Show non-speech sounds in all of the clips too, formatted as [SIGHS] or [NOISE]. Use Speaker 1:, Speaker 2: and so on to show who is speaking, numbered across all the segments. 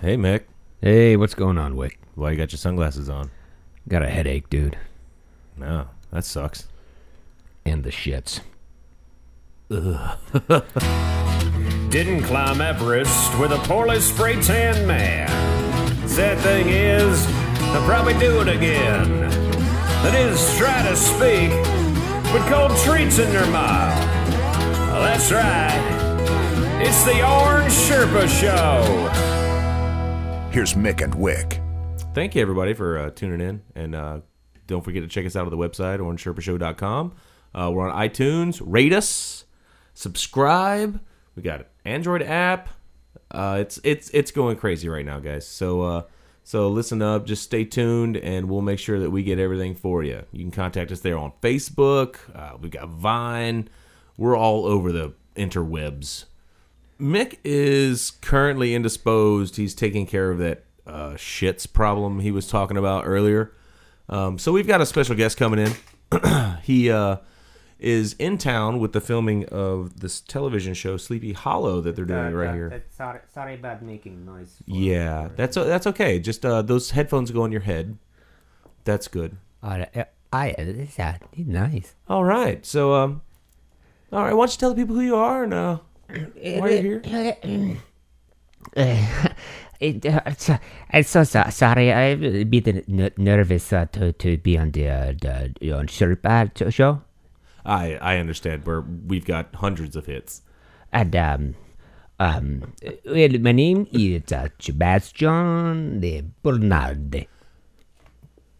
Speaker 1: Hey, Mick.
Speaker 2: Hey, what's going on, Wick?
Speaker 1: Why you got your sunglasses on?
Speaker 2: Got a headache, dude.
Speaker 1: No, that sucks.
Speaker 2: And the shits.
Speaker 3: Didn't climb Everest with a poorly spray tan man. Sad thing is, I'll probably do it again. That is, try to speak with cold treats in their mouth. That's right. It's the Orange Sherpa Show.
Speaker 4: Here's Mick and Wick.
Speaker 1: Thank you, everybody, for uh, tuning in. And uh, don't forget to check us out on the website, orangechirpershow.com. Uh, we're on iTunes. Rate us. Subscribe. We got an Android app. Uh, it's it's it's going crazy right now, guys. So uh, so listen up. Just stay tuned, and we'll make sure that we get everything for you. You can contact us there on Facebook. Uh, we've got Vine. We're all over the interwebs. Mick is currently indisposed. He's taking care of that uh, shits problem he was talking about earlier. Um, so we've got a special guest coming in. [CLEARS THROAT] he uh, is in town with the filming of this television show Sleepy Hollow that they're doing
Speaker 5: Uh,
Speaker 1: right
Speaker 5: uh,
Speaker 1: here.
Speaker 5: uh, sorry, sorry about making noise. for-
Speaker 1: yeah,
Speaker 5: for-
Speaker 1: that's that's okay. Just uh, those headphones go on your head. That's good.
Speaker 2: I, it's uh, nice.
Speaker 1: All right. So um, all right. Why don't you tell the people who you are and uh, why you're here?
Speaker 2: [COUGHS] It, uh, it's, uh, I'm so, so sorry. I'm a bit n- nervous uh, to, to be on the, uh, the on Sherpa t- show.
Speaker 1: I I understand. We're we've got hundreds of hits.
Speaker 2: And um, um, well, my name is uh, Sebastian de Bernarde.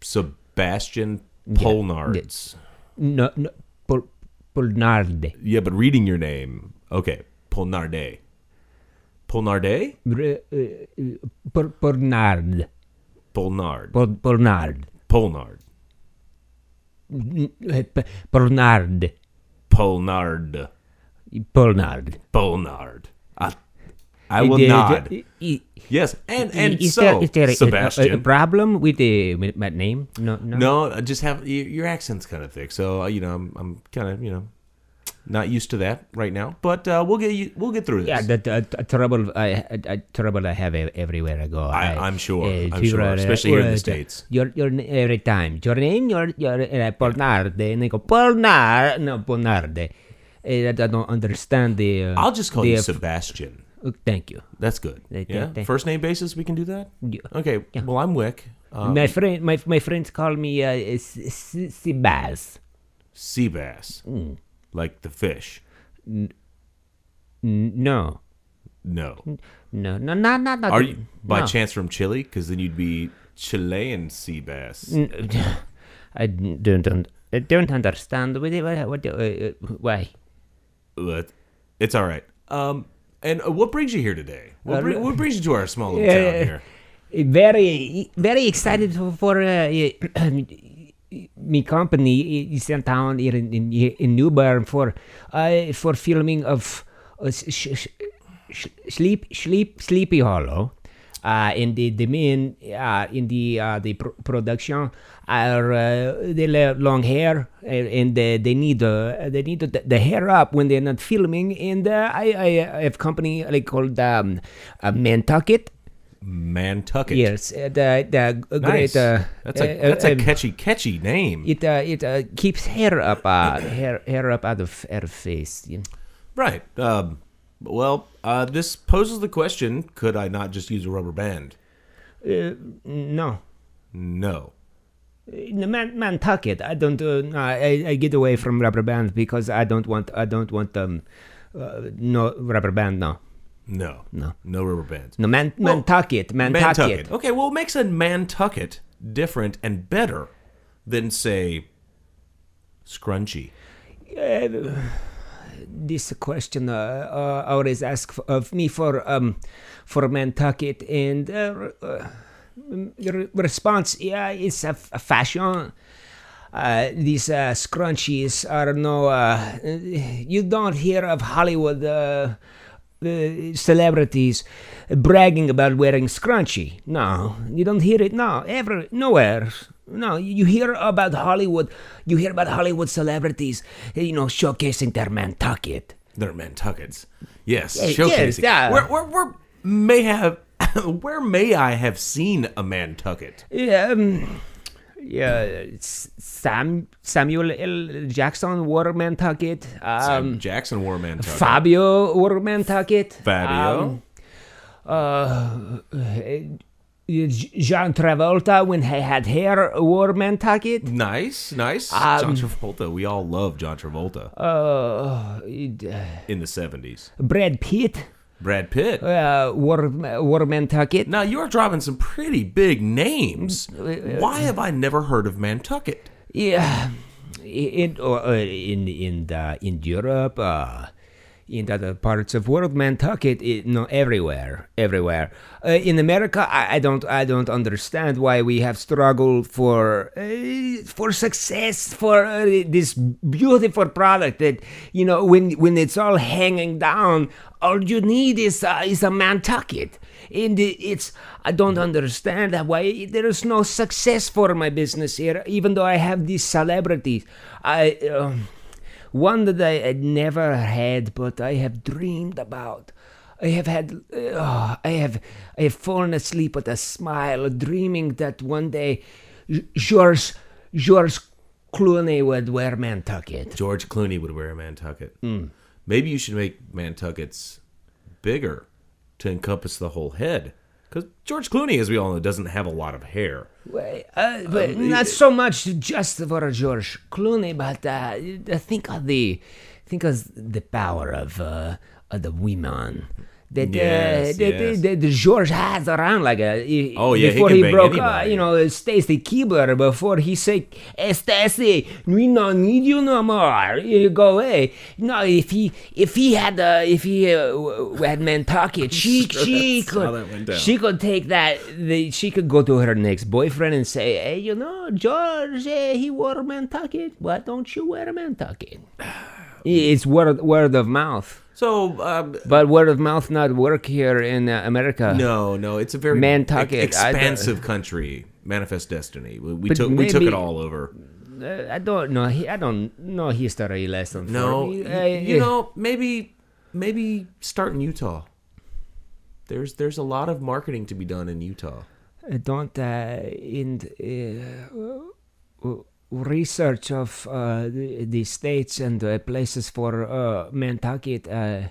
Speaker 1: Sebastian Polnards.
Speaker 2: No, no, Bol- Bernarde.
Speaker 1: Yeah. but reading your name, okay, Polnarde. Polnarde?
Speaker 2: Br- uh, Bor- Bernard.
Speaker 1: Polnard.
Speaker 2: Bor- Bernard.
Speaker 1: Polnard.
Speaker 2: Eh, P- Bernard.
Speaker 1: Polnard.
Speaker 2: Bernard.
Speaker 1: Polnard. I, I
Speaker 2: Eh,
Speaker 1: will
Speaker 2: the-
Speaker 1: nod.
Speaker 2: the- i-
Speaker 1: Yes, and
Speaker 2: i-
Speaker 1: and
Speaker 2: is
Speaker 1: so
Speaker 2: there- is there a- a-
Speaker 1: Sebastian.
Speaker 2: a, problem with the with my name? No, no.
Speaker 1: no, I just have y- your accent's kind of thick, so uh, you know I'm I'm kind of you know not used to that right now, but uh, we'll get you we'll get through this.
Speaker 2: Yeah, the, the, the trouble I, I, I trouble I have ev- everywhere I eh, go.
Speaker 1: I- I'm sure, I'm sure,
Speaker 2: people are,
Speaker 1: especially here in the
Speaker 2: "Oh, uh,
Speaker 1: States."
Speaker 2: Your your na- every time your name your your uh, Polnarde and they go Polnar no Polnarde. Eh, I don't understand the. Uh,
Speaker 1: I'll just call
Speaker 2: the,
Speaker 1: you
Speaker 2: uh,
Speaker 1: Sebastian.
Speaker 2: f- Thank you.
Speaker 1: That's good.
Speaker 2: They- they-
Speaker 1: yeah,
Speaker 2: they-
Speaker 1: first name basis, we can do that.
Speaker 2: Yeah.
Speaker 1: Okay.
Speaker 2: Yeah. Mm.
Speaker 1: Well, I'm Wick. Um,
Speaker 2: my friend, my my friends call me uh, S- S- Sibas.
Speaker 1: sea bass,
Speaker 2: Mm.
Speaker 1: like the fish.
Speaker 2: N- No,
Speaker 1: No.
Speaker 2: no, no, no, no, no.
Speaker 1: Are you by
Speaker 2: Mm. no.
Speaker 1: chance from Chile? Because then you'd be Chilean sea bass.
Speaker 2: N- [LAUGHS] I don't, don't I don't understand what what, what uh, uh, why.
Speaker 1: But it's all right. Um, and uh, what brings you here today? What,
Speaker 2: Uh,
Speaker 1: bri- what brings you to our small little
Speaker 2: yeah,
Speaker 1: town
Speaker 2: yeah.
Speaker 1: here?
Speaker 2: very very excited for, for uh, [CLEARS THROAT] me company is in town here in in, in Newburn for uh, for filming of uh, sh- sh- sh- sleep sleep sleepy hollow uh, in the the men uh, in the uh, the pr- production are uh, they have long hair uh, and they, they need uh, they need the, the hair up when they're not filming and uh, I, I have company like called um, uh, Nantucket
Speaker 1: Nantucket.
Speaker 2: Yes, uh, the the
Speaker 1: Nice.
Speaker 2: great. Uh,
Speaker 1: that's a
Speaker 2: uh,
Speaker 1: that's a
Speaker 2: uh,
Speaker 1: catchy catchy name.
Speaker 2: it uh, it uh, keeps hair up, uh, hair hair up out of her face. you know.
Speaker 1: Right. Um, well, uh, this poses the question: Could I not just use a rubber band?
Speaker 2: No,
Speaker 1: No.
Speaker 2: no man, Nantucket. I don't. Uh, no, I, I get away from rubber band because I don't want. I don't want um, uh, no rubber band. No,
Speaker 1: No.
Speaker 2: No.
Speaker 1: No rubber bands.
Speaker 2: no man,
Speaker 1: Well,
Speaker 2: Nantucket, Nantucket.
Speaker 1: Nantucket. Okay, well, it makes a Nantucket different and better than, say, Scrunchy.
Speaker 2: Uh, this question uh, uh, always asked of me for um, for Nantucket, and uh, re- uh, re- response, yeah, it's a, f- a fashion. Uh, these uh, scrunchies are no. Uh, you don't hear of Hollywood uh, uh, celebrities bragging about wearing scrunchie. No, you don't hear it. No, ever, nowhere. No, you hear about Hollywood. You hear about Hollywood celebrities, you know, showcasing their Nantucket.
Speaker 1: They're Nantuckets. Yes,
Speaker 2: Yeah,
Speaker 1: showcasing.
Speaker 2: yes, yeah.
Speaker 1: We're, we're, we're may have [LAUGHS] where may I have seen a Nantucket?
Speaker 2: Yeah, um, yeah. S- Sam Samuel L. Jackson wore Nantucket. Um,
Speaker 1: Jackson wore a Nantucket.
Speaker 2: Fabio wore Nantucket.
Speaker 1: Fabio.
Speaker 2: Um, uh, J- John Travolta when he had hair wore Nantucket.
Speaker 1: nice, nice. John Travolta. We all love John Travolta
Speaker 2: Um, Uh, it, uh,
Speaker 1: in the seventies.
Speaker 2: Brad Pitt
Speaker 1: Brad Pitt.
Speaker 2: uh, wore wore Nantucket.
Speaker 1: now you are dropping some pretty big names.
Speaker 2: Mm,
Speaker 1: Why have I never heard of Nantucket?
Speaker 2: Yeah, in or, uh, in in the, in Europe, uh, in other parts of world, Nantucket, it, no, everywhere, everywhere. Uh, in America, I, I don't, I don't understand why we have struggled for uh, for success for uh, this beautiful product that you know when when it's all hanging down, all you need is uh, is a Nantucket. And it- it's I don't understand that why there is no success for my business here, even though I have these celebrities. I um, one that I had never had, but I have dreamed about. I have had, uh, I have, I have fallen asleep with a smile, dreaming that one day, G- George, George Clooney would wear Nantucket.
Speaker 1: George Clooney would wear a Nantucket.
Speaker 2: Hmm.
Speaker 1: Maybe you should make Nantuckets bigger to encompass the whole head. Because George Clooney, as we all know, doesn't have a lot of hair.
Speaker 2: Well, Uh, but
Speaker 1: Um,
Speaker 2: not so much just for George Clooney, but uh, think of the think of the power of, uh, of the women that,
Speaker 1: Yes,
Speaker 2: uh, that,
Speaker 1: yes.
Speaker 2: that, that George has around. Like uh, he-
Speaker 1: Oh, yeah, he
Speaker 2: before
Speaker 1: can
Speaker 2: he,
Speaker 1: bang
Speaker 2: broke, uh,
Speaker 1: anybody.
Speaker 2: you know, Stacy Keebler. Before he said, hey, "Stacy, we don't need you no more. You go away." No, if he if he had uh, if he uh, w- w-
Speaker 1: [LAUGHS]
Speaker 2: had Nantucket, she
Speaker 1: sure
Speaker 2: she
Speaker 1: that's how
Speaker 2: could
Speaker 1: that went down.
Speaker 2: she could take that. The, she could go to her next boyfriend and say, "Hey, you know, George, eh, he wore a Nantucket. Why don't you wear a
Speaker 1: [SIGHS]
Speaker 2: Nantucket?" It's word word of mouth,
Speaker 1: So, um,
Speaker 2: but word of mouth not work here in uh, America.
Speaker 1: no, no, it's a very
Speaker 2: Nantucket,
Speaker 1: ex-
Speaker 2: I don't-
Speaker 1: expansive country. Manifest Destiny. We, we
Speaker 2: But
Speaker 1: took we took
Speaker 2: maybe-
Speaker 1: it all over.
Speaker 2: Uh, I don't know. he- I don't know history lesson. for
Speaker 1: No,
Speaker 2: me.
Speaker 1: y-
Speaker 2: Uh,
Speaker 1: you know, maybe maybe start in Utah. There's there's a lot of marketing to be done in Utah.
Speaker 2: I don't uh, in uh, uh, research of uh, the, the states and uh, places for uh, Nantucket, uh,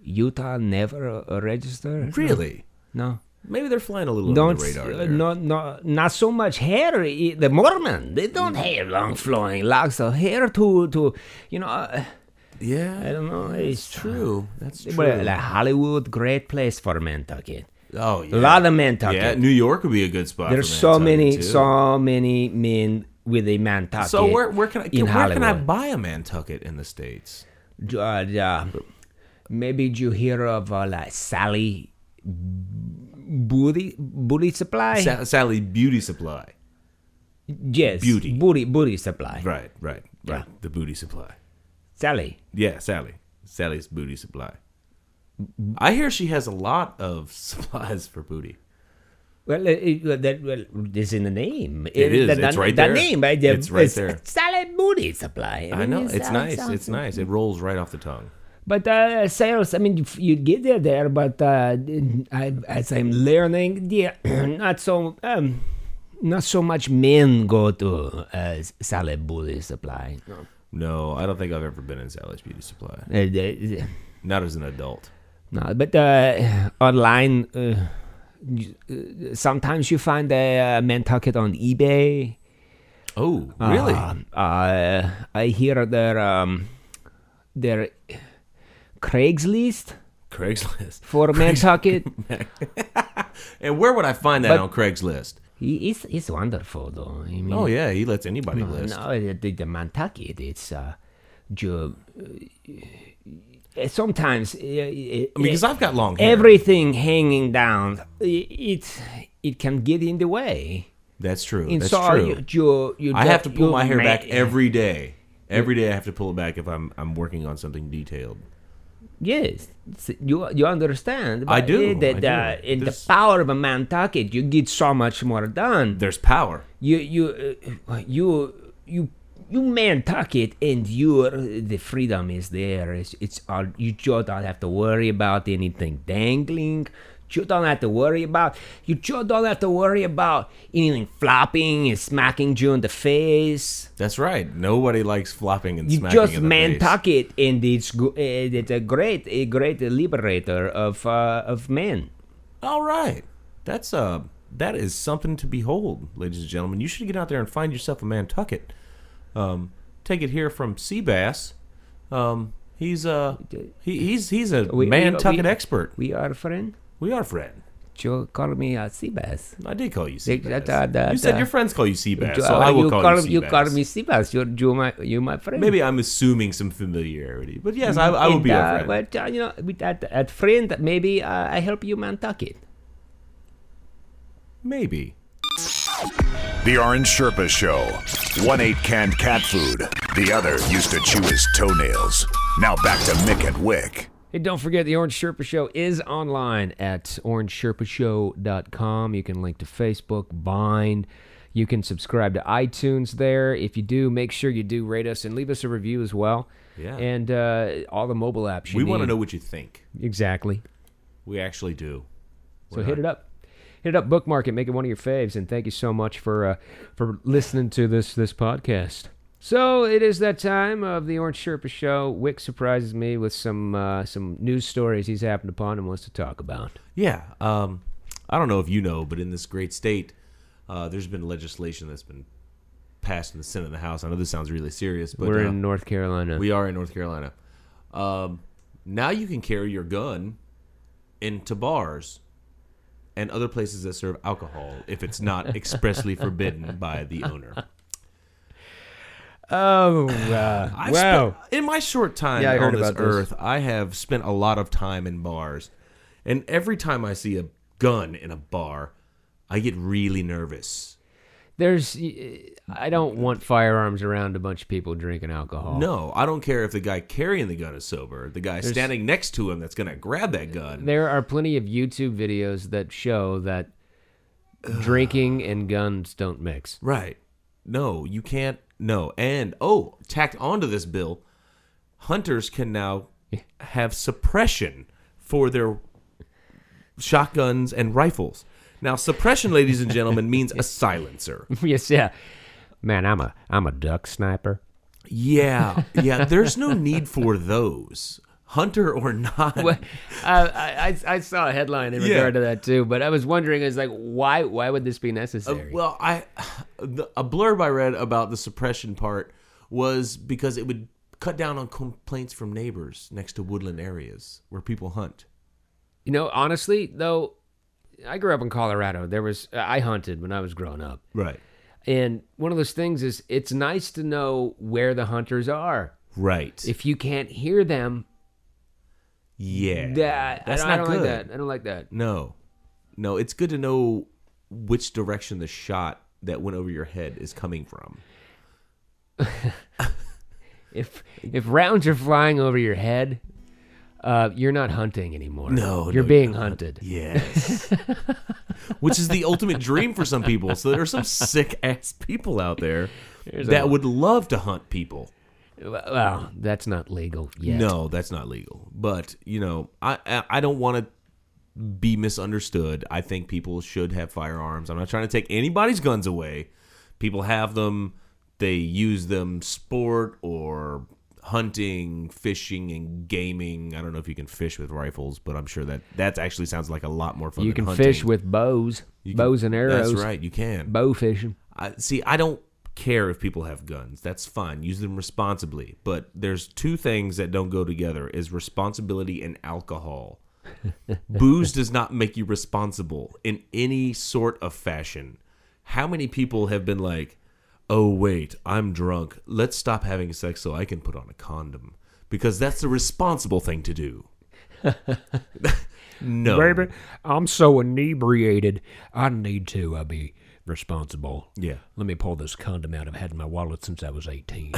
Speaker 2: Utah never uh, register.
Speaker 1: Really?
Speaker 2: No.
Speaker 1: Maybe they're flying a little
Speaker 2: Don't
Speaker 1: under the radar.
Speaker 2: uh,
Speaker 1: there.
Speaker 2: no no not so much hair. i- The Mormon they don't
Speaker 1: Mm.
Speaker 2: have long flowing locks of hair to to you know uh,
Speaker 1: yeah,
Speaker 2: I don't know. It's
Speaker 1: True. uh, That's true.
Speaker 2: Well, like Hollywood, great place for Nantucket.
Speaker 1: oh, yeah.
Speaker 2: A lot of
Speaker 1: Yeah,
Speaker 2: Nantucket.
Speaker 1: New York would be a good spot.
Speaker 2: There's
Speaker 1: for
Speaker 2: so
Speaker 1: Mantucket,
Speaker 2: many,
Speaker 1: too.
Speaker 2: so many men with a Nantucket.
Speaker 1: So where where can I
Speaker 2: in
Speaker 1: where
Speaker 2: Hollywood?
Speaker 1: can I buy a Nantucket in the states?
Speaker 2: Uh, yeah. Maybe did you hear of uh, like Sally Booty Booty Supply?
Speaker 1: Sa- Sally Beauty Supply.
Speaker 2: yes,
Speaker 1: Beauty.
Speaker 2: Booty Booty Supply.
Speaker 1: Right, right, right.
Speaker 2: Yeah.
Speaker 1: The Booty Supply.
Speaker 2: Sally.
Speaker 1: Yeah, Sally. Sally's Booty Supply. I hear she has a lot of [LAUGHS] supplies for booty.
Speaker 2: Well, uh, it- well, that well, this in the name.
Speaker 1: It is.
Speaker 2: The,
Speaker 1: It's right
Speaker 2: the
Speaker 1: there.
Speaker 2: name, I did-
Speaker 1: It's right
Speaker 2: it's
Speaker 1: there.
Speaker 2: Sally Booty Supply.
Speaker 1: I
Speaker 2: mean,
Speaker 1: know
Speaker 2: it
Speaker 1: it's
Speaker 2: sounds-
Speaker 1: nice.
Speaker 2: sounds-
Speaker 1: It's nice. It rolls right off the tongue.
Speaker 2: But uh, sales, I mean, you get there, there, but uh, I, as I'm learning, yeah, [CLEARS THROAT] not so, um, not so much men go to uh, Sally Bully Supply. No.
Speaker 1: No, I don't think I've ever been in Sally's Beauty Supply.
Speaker 2: Uh, they-
Speaker 1: Not as an adult.
Speaker 2: no, but uh, online, uh, you- uh, sometimes you find a uh, Nantucket on eBay.
Speaker 1: Oh, really?
Speaker 2: Uh, uh, I hear their um, their Craigslist
Speaker 1: Craigslist.
Speaker 2: for Nantucket.
Speaker 1: And where would I find that on
Speaker 2: But-
Speaker 1: Craigslist?
Speaker 2: He- It's, it's wonderful though. I
Speaker 6: Mm.
Speaker 2: mean,
Speaker 1: Oh yeah, he lets anybody list.
Speaker 2: no, the, the, the Nantucket, it's uh, ju- uh, sometimes uh, it,
Speaker 1: I mean, because
Speaker 2: it-
Speaker 1: I've got long hair.
Speaker 2: everything hanging down, i- it it can get in the way.
Speaker 1: That's true.
Speaker 2: And
Speaker 1: That's
Speaker 2: so
Speaker 1: true.
Speaker 2: You, you, you
Speaker 1: I
Speaker 2: ju-
Speaker 1: have to pull
Speaker 2: you
Speaker 1: my hair back
Speaker 2: ma-
Speaker 1: every day. Every day I have to pull it back if I'm I'm working on something detailed.
Speaker 2: Yes, it's- you you understand.
Speaker 1: I
Speaker 2: but,
Speaker 1: do,
Speaker 2: uh, The,
Speaker 1: I
Speaker 2: the,
Speaker 1: do.
Speaker 2: In the
Speaker 1: There's-
Speaker 2: power of a Nantucket, you get so much more done.
Speaker 1: There's power.
Speaker 2: you you uh, you you you Nantucket and your the freedom is there. It's, it's all you just don't have to worry about anything dangling.
Speaker 6: You don't have to worry about. You just don't have to worry about anything flopping and smacking you in the face.
Speaker 1: That's right. Nobody likes flopping and
Speaker 6: You
Speaker 1: smacking.
Speaker 6: just
Speaker 1: in the face.
Speaker 6: Nantucket, and it's go- eh, it's a great, a great liberator of uh, of men.
Speaker 1: All right. That's uh that is something to behold, ladies and gentlemen. You should get out there and find yourself a Nantucket. Um take it here from Seabass. Um he's uh he, he's he's a
Speaker 6: We- we-
Speaker 1: Nantucket
Speaker 6: we-
Speaker 1: expert.
Speaker 6: We are friend.
Speaker 1: We are friend.
Speaker 6: You call me a sea bass.
Speaker 1: I did call you
Speaker 6: Th-
Speaker 1: Seabass.
Speaker 6: that- that-
Speaker 1: you said
Speaker 6: that-
Speaker 1: your friends call you Seabass,
Speaker 6: You-
Speaker 1: so
Speaker 2: uh,
Speaker 1: I
Speaker 6: you
Speaker 1: will call, you
Speaker 6: You
Speaker 1: Seabass.
Speaker 6: call me sea bass. You're you my you my friend.
Speaker 1: Maybe I'm assuming some familiarity, but yes, I, I
Speaker 6: And,
Speaker 1: will be
Speaker 6: uh,
Speaker 1: your friend.
Speaker 6: But uh, you know, with that, that friend, maybe uh, I help you Nantucket.
Speaker 1: Maybe.
Speaker 3: The Orange Sherpa Show. One ate canned cat food. The other used to chew his toenails. Now back to Mick and Wick.
Speaker 2: Hey, don't forget the Orange Sherpa Show is online at orangesherpashow.com. You can link to Facebook, Bind. You can subscribe to iTunes there. If you do, make sure you do rate us and leave us a review as well.
Speaker 1: Yeah.
Speaker 2: And uh, all the mobile apps you
Speaker 1: We want to
Speaker 2: need.
Speaker 1: know what you think.
Speaker 2: Exactly.
Speaker 1: We actually do.
Speaker 2: So hit it up. Hit it up, bookmark it, make it one of your faves, and thank you so much for uh, for listening to this this podcast. So it is that time of the Orange Sherpa Show. Wick surprises me with some uh, some news stories he's happened upon and wants to talk about.
Speaker 1: Yeah. Um, I don't know if you know, but in this great state, uh, there's been legislation that's been passed in the Senate and the House. I know this sounds really serious, but
Speaker 2: We're
Speaker 1: uh,
Speaker 2: in North Carolina.
Speaker 1: we are in North Carolina. Um, now you can carry your gun into bars and other places that serve alcohol if it's
Speaker 2: [LAUGHS]
Speaker 1: not expressly forbidden by the owner.
Speaker 2: [SIGHS] oh,
Speaker 1: I've
Speaker 2: wow.
Speaker 1: spent- in my short time
Speaker 2: Yeah, I
Speaker 1: on
Speaker 2: heard
Speaker 1: this
Speaker 2: about this.
Speaker 1: earth, I have spent a lot of time in bars, and every time I see a gun in a bar, I get really nervous.
Speaker 2: there's. I don't want firearms around a bunch of people drinking alcohol.
Speaker 1: No, I don't care if the guy carrying the gun is sober. The guy standing next to him that's going to grab that gun.
Speaker 2: There are plenty of YouTube videos that show that drinking and guns don't mix.
Speaker 1: Right. No, you can't. No. And, oh, tacked onto this bill, hunters can now have suppression for their shotguns and rifles. Now, suppression, ladies and gentlemen, means a silencer.
Speaker 2: yes, yeah. Man, I'm a I'm a duck sniper.
Speaker 1: Yeah. Yeah. There's no need for those. Hunter or not.
Speaker 2: I, I I saw a headline in
Speaker 1: Yeah.
Speaker 2: regard to that too, but I was wondering, I was like, why why would this be
Speaker 1: Uh,
Speaker 2: necessary?
Speaker 1: well, I the, a blurb I read about the suppression part was because it would cut down on complaints from neighbors next to woodland areas where people hunt.
Speaker 2: you know, honestly though, I grew up in Colorado. There was I hunted when I was growing up,
Speaker 1: Right.
Speaker 2: and one of those things is it's nice to know where the hunters are.
Speaker 1: Right.
Speaker 2: If you can't hear them,
Speaker 1: yeah.
Speaker 2: that
Speaker 1: That's
Speaker 2: I don't,
Speaker 1: not
Speaker 2: I don't
Speaker 1: good.
Speaker 2: like that. I don't like that.
Speaker 1: No. No, it's good to know which direction the shot that went over your head is coming from.
Speaker 2: If if rounds are flying over your head, uh, you're not hunting anymore.
Speaker 1: No,
Speaker 2: you're
Speaker 1: no,
Speaker 2: being
Speaker 1: you're not.
Speaker 2: hunted. [LAUGHS]
Speaker 1: Yes. Which is the ultimate dream for some people. So there are some sick ass people out there that would love to hunt people.
Speaker 2: Well, that's not legal yet.
Speaker 1: No, that's not legal. But you know, I I, I don't want to be misunderstood. I think people should have firearms. I'm not trying to take anybody's guns away. People have them. They use them sport or hunting, fishing, and gaming. I don't know if you can fish with rifles, but I'm sure that that actually sounds like a lot more fun.
Speaker 2: you
Speaker 1: than
Speaker 2: can
Speaker 1: hunting.
Speaker 2: fish with bows,
Speaker 1: You can-
Speaker 2: bows and arrows.
Speaker 1: That's right. You can.
Speaker 2: Bow fishing.
Speaker 1: I, see, I don't care if people have guns. That's fine. Use them responsibly. But there's two things that don't go together is responsibility and alcohol. Booze does not make you responsible in any sort of fashion. How many people have been like, "Oh wait, I'm drunk. Let's stop having sex so I can put on a condom." Because that's the responsible thing to do. [LAUGHS] no.
Speaker 2: I'm so inebriated. I need to uh, be responsible.
Speaker 1: Yeah.
Speaker 2: Let me pull this condom out. I've had in my wallet since I
Speaker 1: [LAUGHS]
Speaker 2: was 18.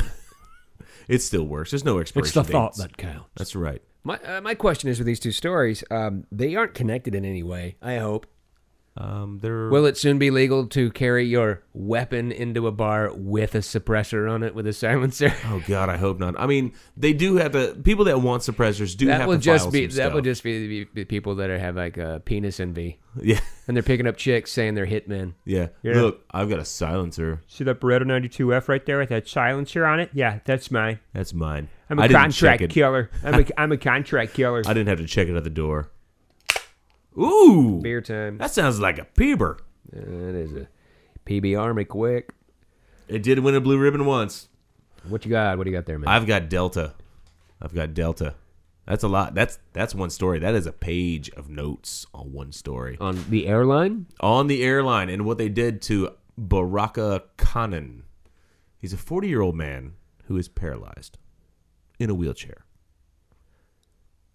Speaker 1: It still works. There's no expiration dates.
Speaker 2: counts.
Speaker 1: That's right.
Speaker 2: My uh, my question is with these two stories, um, they aren't connected in any way. I hope.
Speaker 1: Um, they're
Speaker 2: Will it soon be legal to carry your weapon into a bar with a suppressor on it, with a silencer? [LAUGHS]
Speaker 1: oh god, I hope not. I mean, they do have to. People that want suppressors do
Speaker 2: that
Speaker 1: have
Speaker 2: will
Speaker 1: to
Speaker 2: just
Speaker 1: file
Speaker 2: be
Speaker 1: some
Speaker 2: that will
Speaker 1: stuff.
Speaker 2: just be the- the people that are, have like a penis envy,
Speaker 1: yeah [LAUGHS]
Speaker 2: and they're picking up chicks saying they're hitmen.
Speaker 1: yeah.
Speaker 7: Yeah.
Speaker 1: Look, I've got a silencer.
Speaker 7: See that Beretta 92F right there with that silencer on it? Yeah, that's mine.
Speaker 1: That's mine.
Speaker 7: I'm a
Speaker 1: I didn't check
Speaker 7: contract
Speaker 1: it.
Speaker 7: killer.
Speaker 2: [LAUGHS]
Speaker 7: I'm a, I'm a contract killer. [LAUGHS]
Speaker 1: I didn't have to check it at the door. Ooh,
Speaker 2: Beer time.
Speaker 1: that sounds like a E peeber.
Speaker 2: [LAUGHS] That is a PBR McQuick.
Speaker 1: It did win a blue ribbon once.
Speaker 2: What you got? What do you got there, man?
Speaker 1: I've got Delta. I've got Delta. That's a lot. That's that's one story. That is a page of notes on one story
Speaker 2: on the airline.
Speaker 1: on the airline and what they did to Baraka Kanan. He's a 40 year old man who is paralyzed in a wheelchair.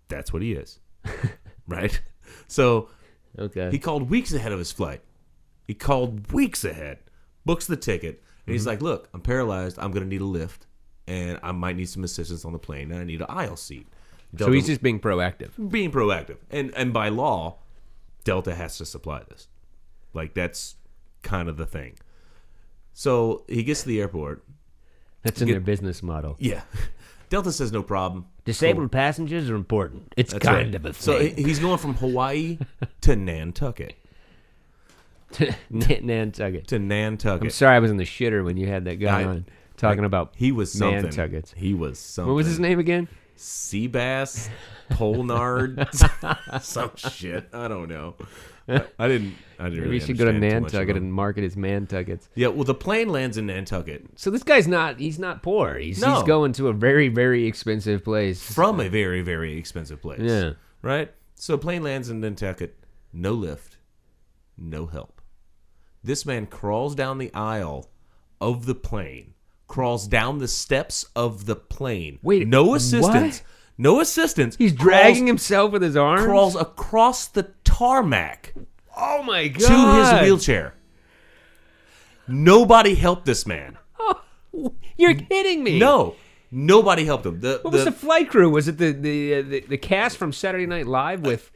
Speaker 1: That's what he is, [LAUGHS] right? So
Speaker 2: Okay.
Speaker 1: he called weeks ahead of his flight. He called weeks ahead, books the ticket, and he's like, "Look, I'm paralyzed. I'm gonna need a lift, and I might need some assistance on the plane, and I need an aisle seat."
Speaker 2: so
Speaker 1: Delta
Speaker 2: he's just being proactive.
Speaker 1: being proactive, and and by law, Delta has to supply this. Like that's kind of the thing. So he gets to the airport.
Speaker 2: That's in their business model.
Speaker 1: Yeah, [LAUGHS] Delta says no problem.
Speaker 2: Disabled passengers are important. It's
Speaker 1: That's
Speaker 2: kind
Speaker 1: right.
Speaker 2: of a thing.
Speaker 1: So
Speaker 2: [LAUGHS]
Speaker 1: he- he's going from Hawaii to Nantucket
Speaker 2: Nantucket.
Speaker 1: to Nantucket.
Speaker 2: I'm sorry, I was in the shitter when you had that guy
Speaker 1: I-
Speaker 2: on talking about
Speaker 1: He was something.
Speaker 2: Nantuckets.
Speaker 1: He was something.
Speaker 2: What was his name again?
Speaker 1: Seabass,
Speaker 2: [LAUGHS]
Speaker 1: Polnard, some shit. I don't know. I, I didn't. I didn't.
Speaker 2: Maybe
Speaker 1: really
Speaker 2: you should go to
Speaker 1: understand too much of
Speaker 2: Nantucket
Speaker 1: him.
Speaker 2: and market his Mantuckets.
Speaker 1: yeah. Well, the plane lands in Nantucket
Speaker 2: So this guy's not—he's not poor. He's,
Speaker 1: No.
Speaker 2: he's going to a very, very expensive place.
Speaker 1: from a very, very expensive place.
Speaker 2: Yeah.
Speaker 1: Right. So plane lands in Nantucket. No lift. No help. This man crawls down the aisle of the plane. Crawls down the steps of the plane.
Speaker 2: Wait,
Speaker 1: No
Speaker 2: what?
Speaker 1: assistance. No assistance.
Speaker 2: He's
Speaker 1: Crawls-
Speaker 2: dragging himself with his arms.
Speaker 1: Crawls across the tarmac.
Speaker 2: oh my god!
Speaker 1: to his wheelchair. Nobody helped this man.
Speaker 2: You're kidding me?
Speaker 1: No, nobody helped him. The,
Speaker 2: What was
Speaker 1: the-
Speaker 2: the flight crew? Was it the the uh, the, the cast from Saturday Night
Speaker 1: [LAUGHS]
Speaker 2: Live with?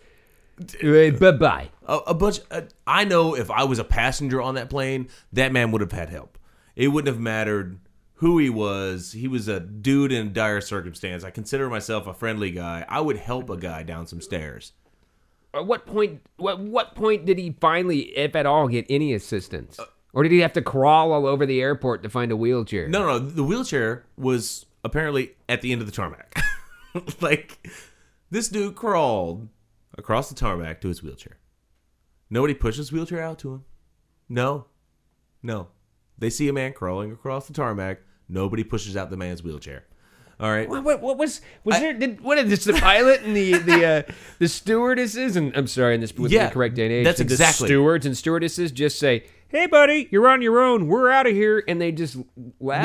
Speaker 2: Uh, bye bye.
Speaker 1: a, a bunch. uh, I know if I was a passenger on that plane, that man would have had help. It wouldn't have mattered who he was. He was a dude in dire circumstance. I consider myself a friendly guy. I would help a guy down some stairs.
Speaker 2: At what point? What what point did he finally, if at all, get any
Speaker 1: Uh,
Speaker 2: assistance? Or did he have to crawl all over the airport to find a wheelchair?
Speaker 1: No, no, the wheelchair was apparently at the end of the tarmac. [LAUGHS] like this dude crawled across the tarmac to his wheelchair. Nobody pushed his wheelchair out to him. No. No. They see a man crawling across the tarmac. Nobody pushes out the man's wheelchair. All right.
Speaker 2: What, what, what was was there? Did, what is this? The pilot and the the
Speaker 1: [LAUGHS]
Speaker 2: uh, the stewardesses and I'm sorry, in this with
Speaker 1: Yeah,
Speaker 2: the correct day and age,
Speaker 1: that's
Speaker 2: did the
Speaker 1: exactly-
Speaker 2: stewards and stewardesses just say, "Hey, buddy, you're on your own. We're out of here," and they just left.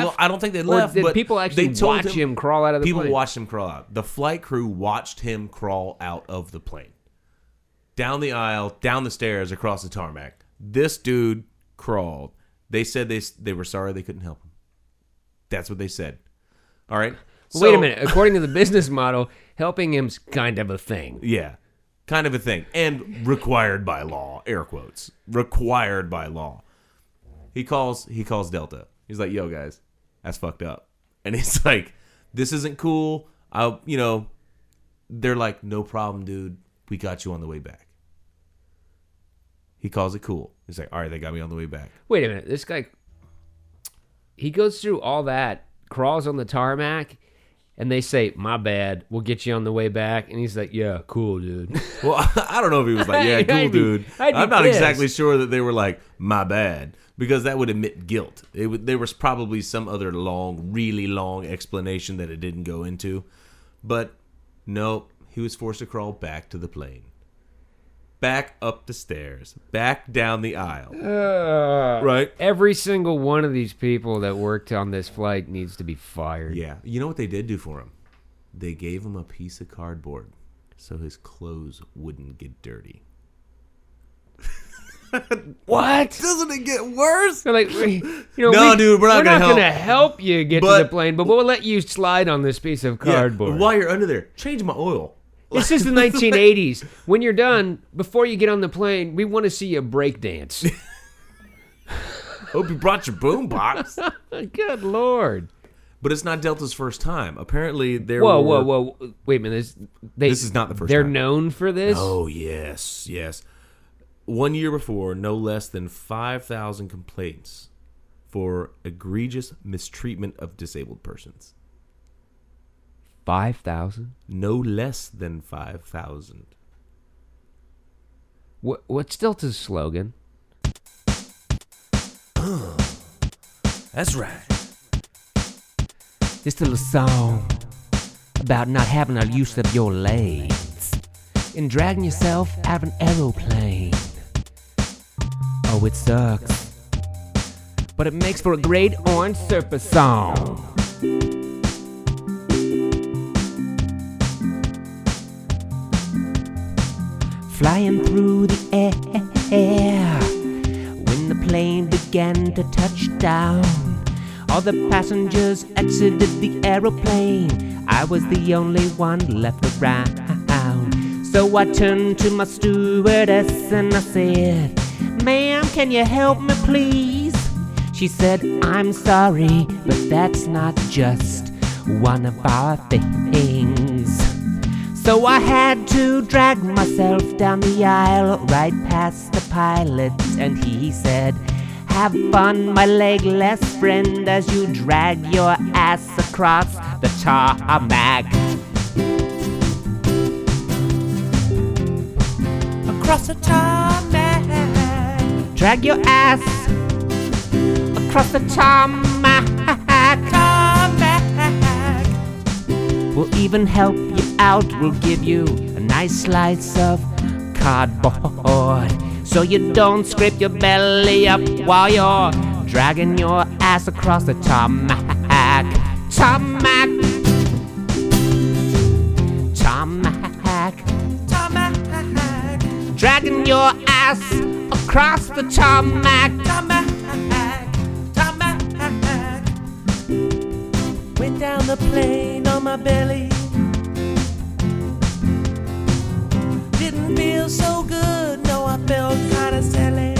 Speaker 1: Well, I don't think they
Speaker 2: Or
Speaker 1: left.
Speaker 2: did
Speaker 1: but
Speaker 2: people actually
Speaker 1: they told
Speaker 2: watch him crawl out of the
Speaker 1: people
Speaker 2: plane?
Speaker 1: watched him crawl out. The flight crew watched him crawl out of the plane, down the aisle, down the stairs, across the tarmac. This dude crawled. They said they s- they were sorry they couldn't help him. That's what they said. All right.
Speaker 2: Wait a
Speaker 1: So-
Speaker 2: minute. According to the business model, helping him's kind of a thing.
Speaker 1: Yeah. Kind of a thing. And required by law, air quotes. Required by law. He calls he calls Delta. He's like, yo guys, that's fucked up. And [LAUGHS] it's like, this isn't cool. I you know, they're like, no problem, dude. We got you on the way back. He calls it cool. He's like, all right, they got me on the way back.
Speaker 2: Wait a minute. This guy, he goes through all that, crawls on the tarmac, and they say, "My bad. We'll get you on the way back." And he's like, "Yeah, cool, dude."
Speaker 1: Well, [LAUGHS] I don't know if he was like, yeah,
Speaker 2: I'd
Speaker 1: cool,
Speaker 2: be-
Speaker 1: dude.
Speaker 2: I'd be
Speaker 1: I'm not
Speaker 2: pissed.
Speaker 1: exactly sure that they were like, my bad, because that would admit guilt. It would, there was probably some other long, really long explanation that it didn't go into. But no, he was forced to crawl back to the plane, back up the stairs, back down the aisle. right?
Speaker 2: Every single one of these people that worked on this flight needs to be fired.
Speaker 1: Yeah. You know what they did do for him? They gave him a piece of cardboard so his clothes wouldn't get dirty.
Speaker 2: What?
Speaker 1: Doesn't it get worse?
Speaker 2: They're like, we, you know,
Speaker 1: No,
Speaker 2: we,
Speaker 1: dude, we're not
Speaker 2: we're
Speaker 1: gonna
Speaker 2: not
Speaker 1: help.
Speaker 2: gonna help you get to
Speaker 1: But-
Speaker 2: the plane, but we'll let you slide on this piece of
Speaker 1: Yeah,
Speaker 2: cardboard.
Speaker 1: While you're under there, change my oil. [LAUGHS]
Speaker 8: This is the 1980s. When you're done, before you get on the plane, we want to see
Speaker 1: [LAUGHS]
Speaker 8: you breakdance.
Speaker 1: Hope you brought your [LAUGHS] boombox.
Speaker 2: Oh,
Speaker 8: Good lord.
Speaker 1: but it's not Delta's first time. Apparently, there.
Speaker 8: Whoa,
Speaker 1: were,
Speaker 8: whoa, whoa! Wait a minute. This, they,
Speaker 1: This is not the first
Speaker 8: They're
Speaker 1: time.
Speaker 8: known for this.
Speaker 1: Oh yes, yes. One year before, no less than five thousand complaints for egregious mistreatment of disabled persons.
Speaker 8: Five thousand.
Speaker 1: No less than five thousand.
Speaker 8: What, what's Delta's slogan?
Speaker 1: That's right.
Speaker 2: This little song about not having a use of your legs and dragging yourself out of an aeroplane. Oh, it sucks. But it makes for a great orange surface song. Flying through the air when the plane began to touch down. All the passengers exited the aeroplane. I was the only one left around. So I turned to my stewardess and I said, Ma'am, can you help me please? She said, I'm sorry, but that's not just one of our things. So I had to drag myself down the aisle right past the pilot, and he said, Have fun, my legless friend, as you drag your ass across the tarmac. Across the tarmac. Drag your ass across the tarmac. Tarmac. We'll even help you out. We'll give you a nice slice of cardboard. So you don't scrape your belly up while you're dragging your ass across the tarmac. Tarmac. Tarmac. Tarmac. Dragging your ass across the tarmac. Tarmac. Tarmac. Went down the plane on my belly. Didn't feel so good, no, I felt kinda silly.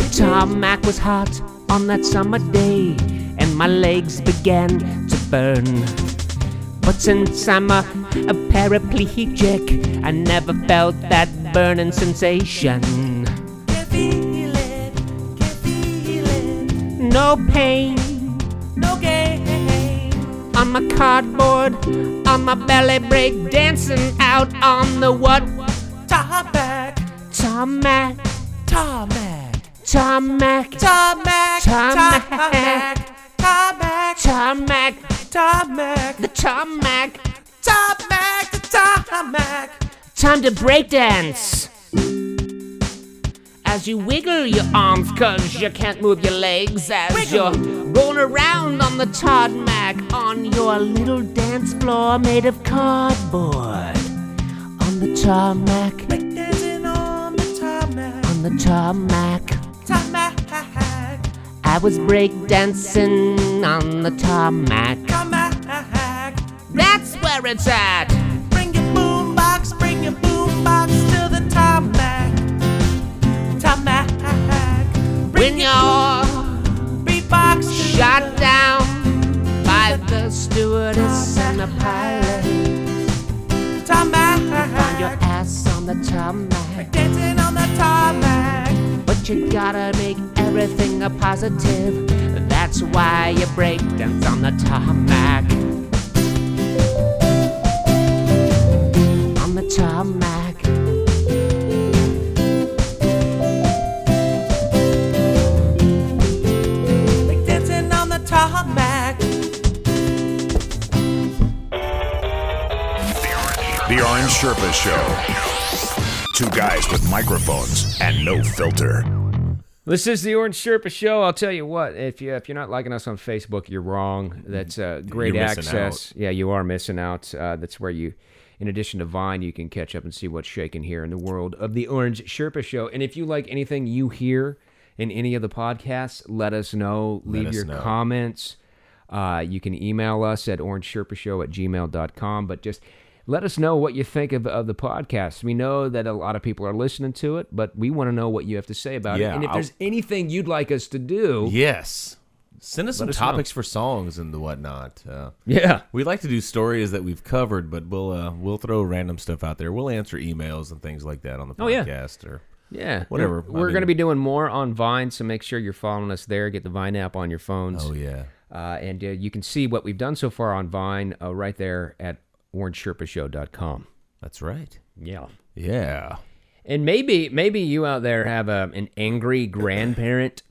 Speaker 2: The tarmac was hot on that summer day, and my legs began to burn. But since I'm a, a paraplegic, I never felt that burning sensation. Can't feel it, can't feel it no pain, no gain. On my cardboard, on my belly break, dancing out on the what? Tarmac, tarmac, tarmac, tarmac, tarmac, tarmac, tarmac, tarmac, tarmac, the tarmac, tarmac, the tarmac. Time to break dance as you wiggle your arms cause you can't move your legs as you're rolling around on the tarmac on your little dance floor made of cardboard on the tarmac breakdancing on the tarmac on the tarmac tarmac I was breakdancing on the tarmac tarmac that's where it's at bring your boombox bring your boombox to the tarmac tarmac. When your beatbox shot down by the stewardess and the pilot. Tarmac. Find your ass on the tarmac. Dancing on the tarmac. But you gotta make everything a positive. That's why you break dance on the tarmac. On the tarmac. like dancing on the tarmac.
Speaker 4: The Orange Sherpa Show. Two guys with microphones and no filter.
Speaker 8: This is the Orange Sherpa Show. I'll tell you what, if you if you're not liking us on Facebook, you're wrong. That's uh, great
Speaker 1: You're missing
Speaker 8: access. Yeah, you are missing out. Uh, that's where you, in addition to Vine, you can catch up and see what's shaking here in the world of the Orange Sherpa Show. And if you like anything you hear in any of the podcasts, let us know. Leave
Speaker 1: us
Speaker 8: your
Speaker 1: know.
Speaker 8: comments. Uh, you can email us at orangeshirpashow at gmail.com. But just let us know what you think of, of the podcast. We know that a lot of people are listening to it, but we want to know what you have to say about
Speaker 1: Yeah,
Speaker 8: it. And if
Speaker 1: I'll-
Speaker 8: there's anything you'd like us to do,
Speaker 1: Yes. Send us some
Speaker 8: us
Speaker 1: topics for songs and the whatnot. Uh,
Speaker 8: yeah.
Speaker 1: we like to do stories that we've covered, but we'll uh, we'll throw random stuff out there. We'll answer emails and things like that on the
Speaker 8: Oh, yeah.
Speaker 1: podcast. Or
Speaker 8: Yeah,
Speaker 1: Whatever.
Speaker 8: We're,
Speaker 1: I mean-
Speaker 8: going to be doing more on Vine, so make sure you're following us there. Get the Vine app on your phones,
Speaker 1: oh yeah,
Speaker 8: uh, and uh, you can see what we've done so far on Vine uh, right there at orangeshirpashow.com.
Speaker 1: that's right.
Speaker 8: Yeah,
Speaker 1: Yeah.
Speaker 8: and maybe maybe you out there have a, an angry grandparent.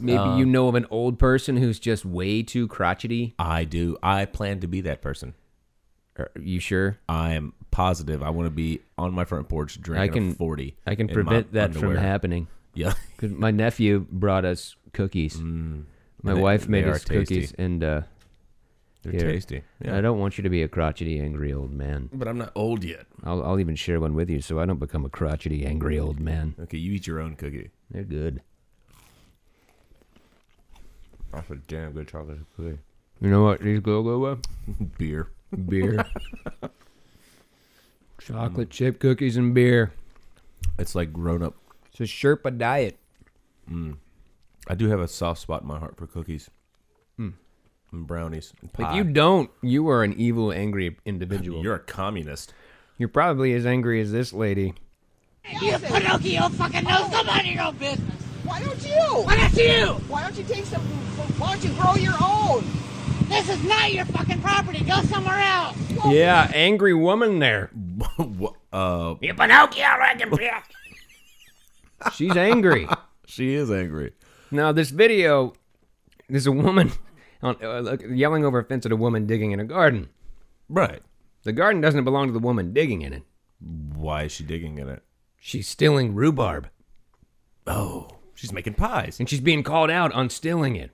Speaker 8: Maybe
Speaker 1: Uh,
Speaker 8: you know of an old person who's just way too crotchety.
Speaker 1: I do. I plan to be that person.
Speaker 8: Are you sure?
Speaker 1: I'm positive. I want to be on my front porch drinking
Speaker 8: I can-
Speaker 1: a 40.
Speaker 8: I can
Speaker 1: in my
Speaker 8: prevent that from
Speaker 1: underwear.
Speaker 8: happening.
Speaker 1: Yeah. [LAUGHS]
Speaker 8: Cause my nephew brought us cookies. My
Speaker 1: Mm. They-
Speaker 8: wife
Speaker 1: they
Speaker 8: made
Speaker 1: are
Speaker 8: us
Speaker 1: tasty.
Speaker 8: cookies, and uh,
Speaker 1: They're
Speaker 8: Here.
Speaker 1: tasty. Yeah.
Speaker 8: I don't want you to be a crotchety, angry old man.
Speaker 1: But I'm not old yet.
Speaker 8: I'll, I'll even share one with you so I don't become a crotchety, angry old man.
Speaker 1: Okay, you eat your own cookie.
Speaker 8: They're good.
Speaker 1: That's a damn good chocolate cookie.
Speaker 8: You know what? These go go well.
Speaker 1: Beer. [LAUGHS]
Speaker 8: Beer. Chocolate chip cookies and beer.
Speaker 1: It's like grown up.
Speaker 8: It's a Sherpa diet.
Speaker 1: I do have a soft spot in my heart for cookies. And brownies. And
Speaker 8: If
Speaker 1: pie.
Speaker 8: you don't, you are an evil, angry individual.
Speaker 1: You're
Speaker 8: You're,
Speaker 1: a communist. [LAUGHS]
Speaker 8: probably as angry as this lady.
Speaker 9: You Pinocchio fucking knows nobody no business.
Speaker 10: Why don't you?
Speaker 9: Why not you?
Speaker 10: Why don't you take some? Why don't you grow your own?
Speaker 9: This is not your fucking property. Go somewhere else.
Speaker 8: Yeah, angry woman there.
Speaker 1: Wha- uh,
Speaker 9: You Pinocchio, I can be.
Speaker 8: She's
Speaker 1: [LAUGHS]
Speaker 8: angry.
Speaker 1: she is angry.
Speaker 8: Now this video, there's a woman [LAUGHS] on, uh, look- yelling over a fence at a woman digging in a garden.
Speaker 1: Right.
Speaker 8: The garden doesn't belong to the woman digging in it.
Speaker 1: Why is she digging in it?
Speaker 8: She's stealing rhubarb,
Speaker 1: Oh, she's making pies.
Speaker 8: and she's being called out on stealing it.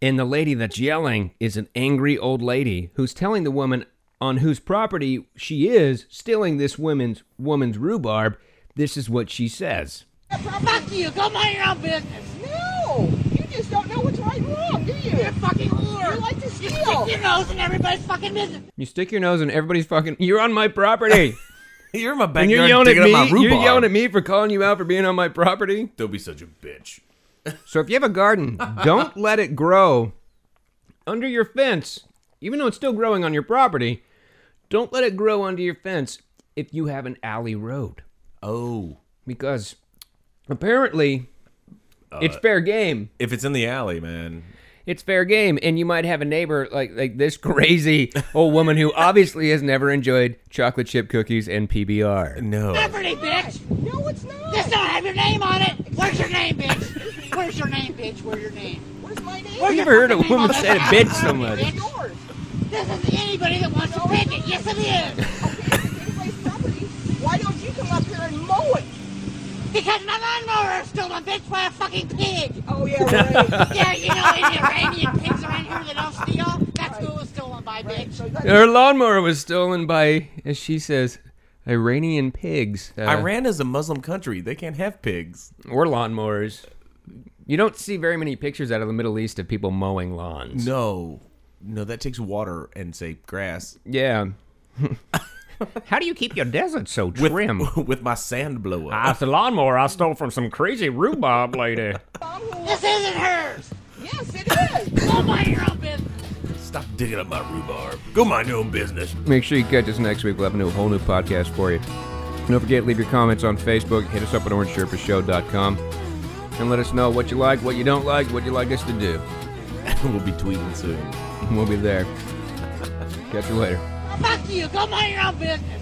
Speaker 8: And the lady that's yelling is an angry old lady who's telling the woman on whose property she is stealing this woman's woman's rhubarb. This is what she says.
Speaker 9: Fuck you. Go mind your own business.
Speaker 10: No, you just don't know what's right and wrong, do you?
Speaker 9: You're a fucking whore.
Speaker 10: You like to
Speaker 9: You
Speaker 10: steal.
Speaker 9: stick your nose in everybody's fucking business.
Speaker 8: You stick your nose in everybody's fucking. You're on
Speaker 1: [LAUGHS]
Speaker 8: my property.
Speaker 1: [LAUGHS] You're in my
Speaker 8: And
Speaker 1: backyard
Speaker 8: you're yelling at
Speaker 1: digging up
Speaker 8: me.
Speaker 1: my rhubarb.
Speaker 8: You're yelling at me for calling you out for being on my property.
Speaker 1: Don't be such a bitch.
Speaker 8: So if you have a garden, [LAUGHS] don't let it grow under your fence, even though it's still growing on your property. Don't let it grow under your fence if you have an alley road,
Speaker 1: Oh.
Speaker 8: because apparently it's fair game.
Speaker 1: If it's in the alley, man,
Speaker 8: It's fair game, and you might have a neighbor like like this crazy old woman who obviously has never enjoyed chocolate chip cookies and PBR.
Speaker 1: no.
Speaker 9: Property, bitch.
Speaker 10: No, it's not.
Speaker 9: This don't have your name on it. Where's your name, bitch? Where's your name, bitch? Where's your name?
Speaker 10: Where's my name?
Speaker 9: Where's
Speaker 8: You
Speaker 9: your
Speaker 8: ever heard a
Speaker 9: fucking name
Speaker 8: woman
Speaker 9: on
Speaker 8: say to
Speaker 9: this
Speaker 8: bitch
Speaker 9: property,
Speaker 8: so much?
Speaker 9: bitch?
Speaker 10: Yours.
Speaker 9: This is anybody that wants to pick it. Yes, it is.
Speaker 10: Okay, if it's anybody's property. Why don't you come up here and mow it?
Speaker 9: Because my lawnmower is stolen, bitch, by a fucking pig.
Speaker 8: [LAUGHS]
Speaker 10: Oh
Speaker 9: [LAUGHS]
Speaker 10: yeah, right.
Speaker 9: Yeah, you know, in Iranian pigs around here that don't steal, that's who it was stolen by, bitch.
Speaker 10: So that-
Speaker 8: Her lawnmower was stolen by, as she says, Iranian pigs. Uh,
Speaker 1: Iran is a Muslim country. They can't have pigs.
Speaker 8: or lawnmowers. You don't see very many pictures out of the Middle East of people mowing lawns.
Speaker 1: No. No, that takes water and say grass.
Speaker 8: Yeah. [LAUGHS] How do you keep your desert so
Speaker 1: With,
Speaker 8: trim?
Speaker 1: [LAUGHS]
Speaker 8: Ah.
Speaker 1: with my sand blower.
Speaker 11: That's the lawnmower I stole from some crazy rhubarb lady.
Speaker 9: This isn't hers.
Speaker 10: yes, it is.
Speaker 9: Go mind your own business.
Speaker 1: Stop digging up my rhubarb. Go mind your own business.
Speaker 8: Make sure you catch us next week. We'll have a new, whole new podcast for you. Don't forget, leave your comments on Facebook. Hit us up at orangeshirpashow.com. And let us know what you like, what you don't like, what you like us to do.
Speaker 1: [LAUGHS] we'll be tweeting soon.
Speaker 8: We'll be there. catch you later.
Speaker 9: Fuck you. Go mind your own business.